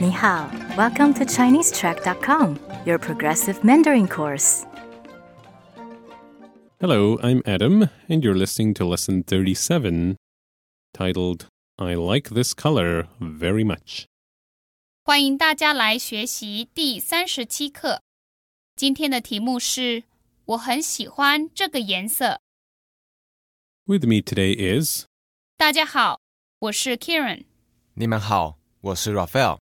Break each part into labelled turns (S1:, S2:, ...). S1: 你好，Welcome to ChineseTrack.com, your progressive Mandarin course.
S2: Hello, I'm Adam, and you're listening to lesson 37, titled I Like This Color Very Much.
S3: 欢迎大家来学习第三十七课。今天的题目是“我很喜欢这个颜色
S2: With me today is ”。
S3: 大家好，我是 Karen。
S4: 你们好，我是 Raphael。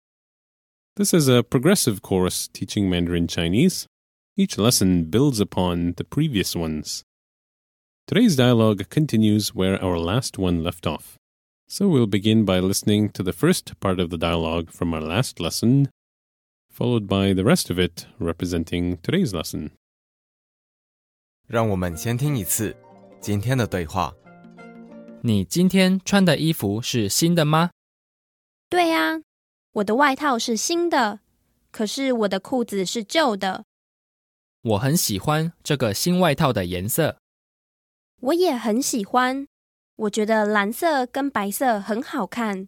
S2: This is a progressive course teaching Mandarin Chinese. Each lesson builds upon the previous ones. Today's dialogue continues where our last one left off. So we'll begin by listening to the first part of the dialogue from our last lesson, followed by the rest of it representing today's lesson.
S4: 让我们先听一次今天的对话。
S5: 你今天穿的衣服是新的吗？
S6: 对呀、我的外套是新的，可是我的裤子是旧的。
S5: 我很喜欢这个新外套的颜色。
S6: 我也很喜欢，我觉得蓝色跟白色很好看。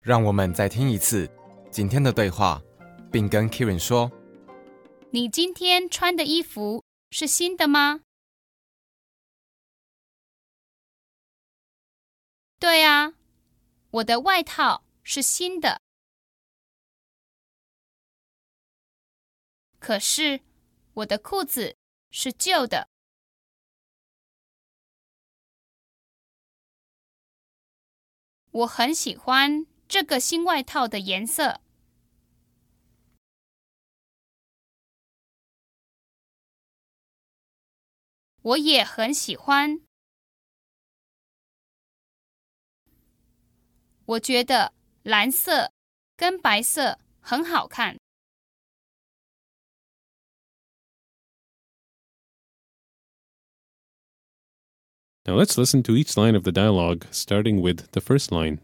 S4: 让我们再听一次今天的对话，并跟 Kieran 说
S3: 你今天穿的衣服是新的吗？对啊，我的外套是新的。可是我的裤子是旧的。我很喜欢这个新外套的颜色。我也很喜欢。我觉得蓝色跟白色很好看。
S2: Now let's listen to each line of the dialogue, starting with the first line.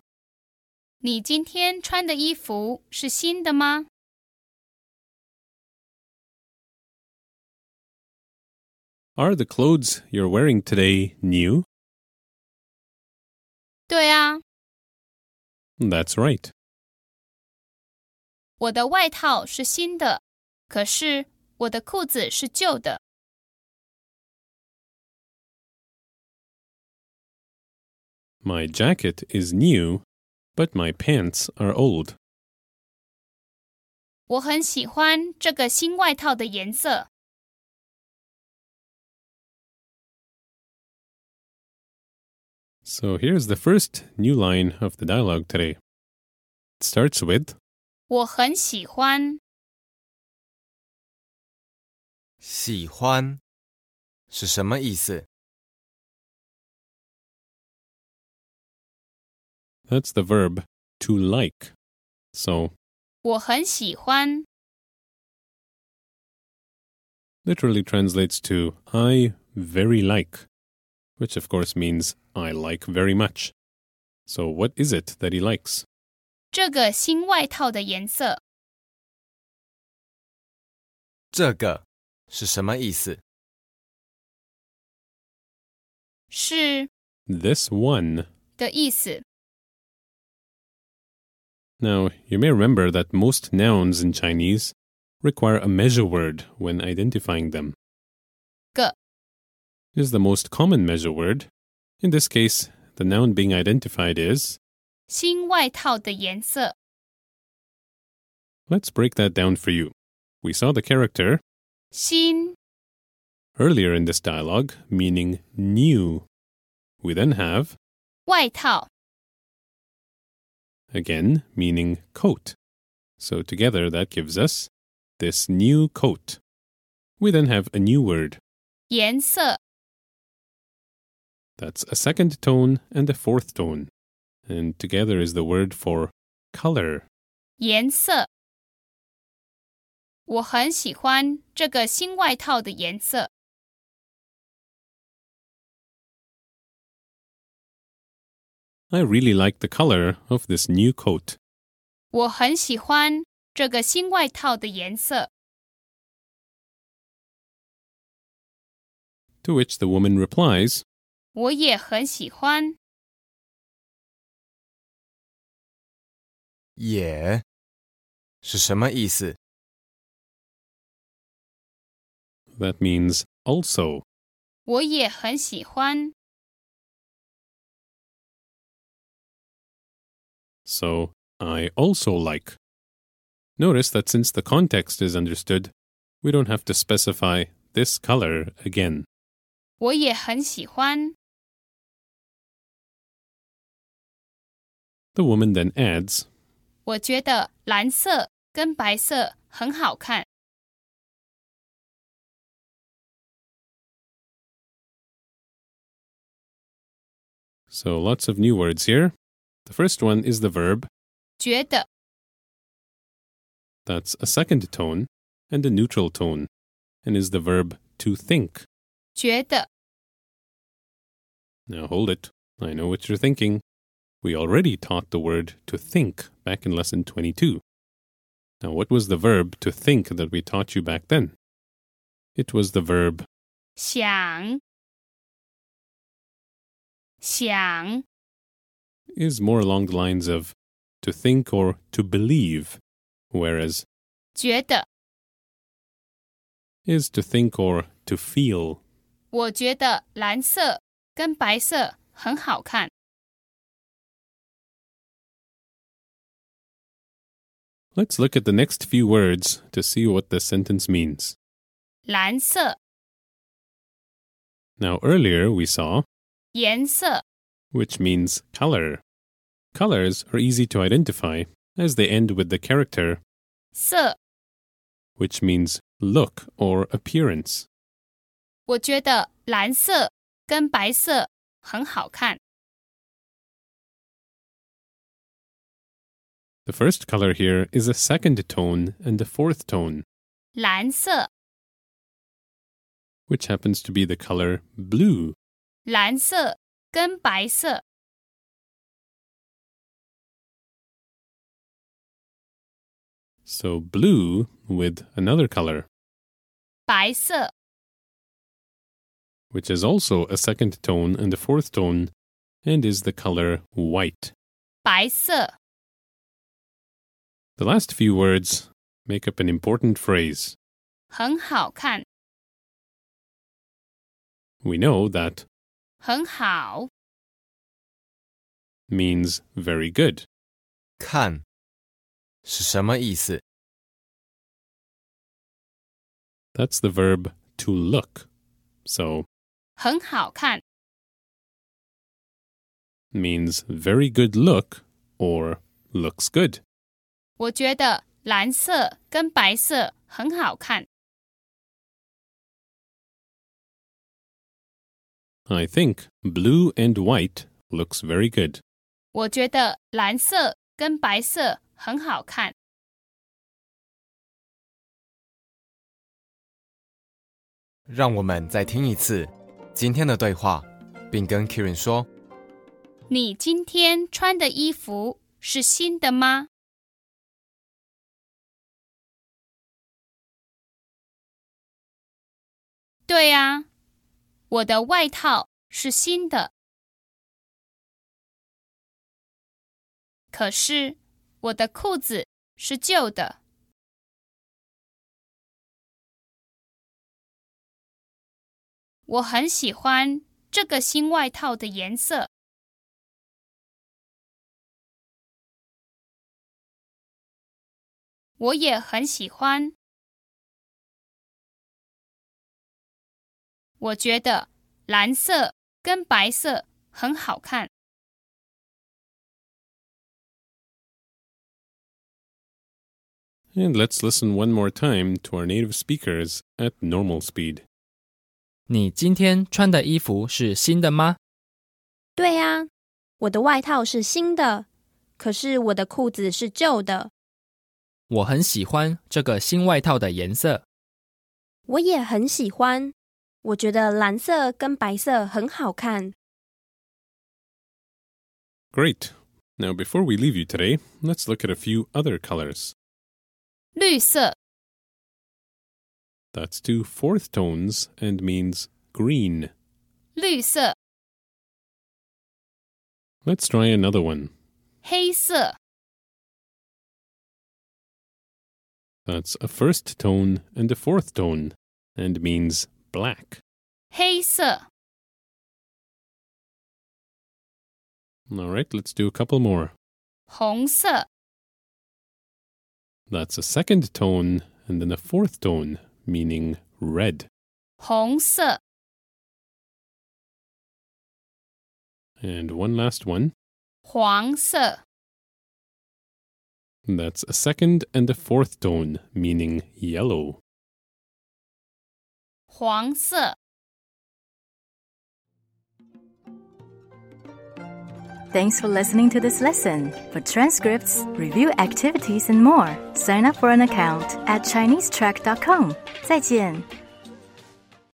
S3: 你今天穿的衣服是新的吗？
S2: Are the clothes you're wearing today new?
S3: 对啊，
S2: That's right.
S3: 我的外套是新的，可是我的裤子是旧的。
S2: My jacket is new, but my pants are old.
S3: 我很喜欢这个新外套的颜色。
S2: So here's the first new line of the dialogue today. It starts with
S3: 我很喜欢，：“
S4: 喜欢”是什么意思？
S2: that's the verb to like. So
S3: 我很喜欢，
S2: literally translates to I very like, which of course means I like very much. So what is it that he likes?
S3: 这个新外套的颜色。
S4: 这个是什么意思？
S3: 是
S2: This one.
S3: 的意思。
S2: Now, you may remember that most nouns in Chinese require a measure word when identifying them.
S3: 个
S2: is the most common measure word. In this case, the noun being identified is.
S3: 新外套的颜色，
S2: Let's break that down for you. We saw the character
S3: 新
S2: earlier in this dialogue meaning new. We then have
S3: 外套
S2: again meaning coat. So together that gives us this new coat. We then have a new word.
S3: 颜色
S2: That's a second tone and a fourth tone. And together is the word for color.
S3: 颜色。我很喜欢这个新外套的颜色。
S2: I really like the color of this new coat.
S3: 我很喜欢这个新外套的颜色。
S2: To which the woman replies,
S3: 我也很喜欢。
S4: 也是什么意思？
S2: That means also.
S3: 我也很喜欢。
S2: So, I also like. Notice that since the context is understood, we don't have to specify this color again.
S3: 我也很喜欢。
S2: The woman then adds,
S3: 我觉得蓝色跟白色很好看。
S2: so lots of new words here. The first one is the verb,
S3: 觉得
S2: that's a second tone and a neutral tone, and is the verb to think.
S3: 觉得
S2: Now hold it. I know what you're thinking. We already taught the word to think back in lesson 22. Now, what was the verb to think that we taught you back then? It was the verb
S3: 想想
S2: is more along the lines of to think or to believe, whereas
S3: 觉得，
S2: is to think or to feel.
S3: 我觉得蓝色跟白色很好看。
S2: Let's look at the next few words to see what the sentence means.
S3: 蓝色
S2: Now, earlier we saw
S3: 颜色，
S2: which means color. Colors are easy to identify as they end with the character,
S3: 色，
S2: which means look or appearance.
S3: 我觉得蓝色跟白色很好看。
S2: The first color here is a second tone and a fourth tone,
S3: 蓝色，
S2: which happens to be the color blue.
S3: 蓝色跟白色，
S2: So, blue with another color,
S3: 白色，
S2: which is also a second tone and a fourth tone, and is the color white.
S3: 白色，
S2: The last few words make up an important phrase.
S3: 很好看，
S2: We know that
S3: 很好，
S2: means very good.
S4: 看是什么意思？
S2: That's the verb to look. So,
S3: 很好看，
S2: means very good look or looks good.
S3: 我觉得蓝色跟白色很好看。
S2: I think blue and white looks very good.
S3: 我觉得蓝色跟白色很好看。
S4: 让我们再听一次今天的对话，并跟 Kirin 说
S3: 你今天穿的衣服是新的吗？对呀、我的外套是新的。可是我的裤子是旧的。我很喜欢这个新外套的颜色。我也很喜欢。我觉得蓝色跟白色很好看。
S2: And let's listen one more time to our native speakers at normal speed.
S5: 你今天穿的衣服是新的吗？
S6: 对呀、我的外套是新的，可是我的裤子是旧的。
S5: 我很喜欢这个新外套的颜色。
S6: 我也很喜欢，我觉得蓝色跟白色很好看。
S2: Great. Now, before we leave you today, let's look at a few other colors.
S3: 绿色、
S2: That's two fourth tones and means green.
S3: 绿色、
S2: Let's try another one.
S3: 黑色、
S2: That's a first tone and a fourth tone and means black.
S3: 黑色、
S2: All right, let's do a couple more.
S3: 红色、
S2: That's a second tone and then a fourth tone meaning red.
S3: 红色、
S2: And one last one.
S3: 黄色、
S2: That's a second and a fourth tone meaning yellow.
S3: 黄色。
S1: Thanks for listening to this lesson. For transcripts, review activities, and more, sign up for an account at ChineseTrack.com. 再见。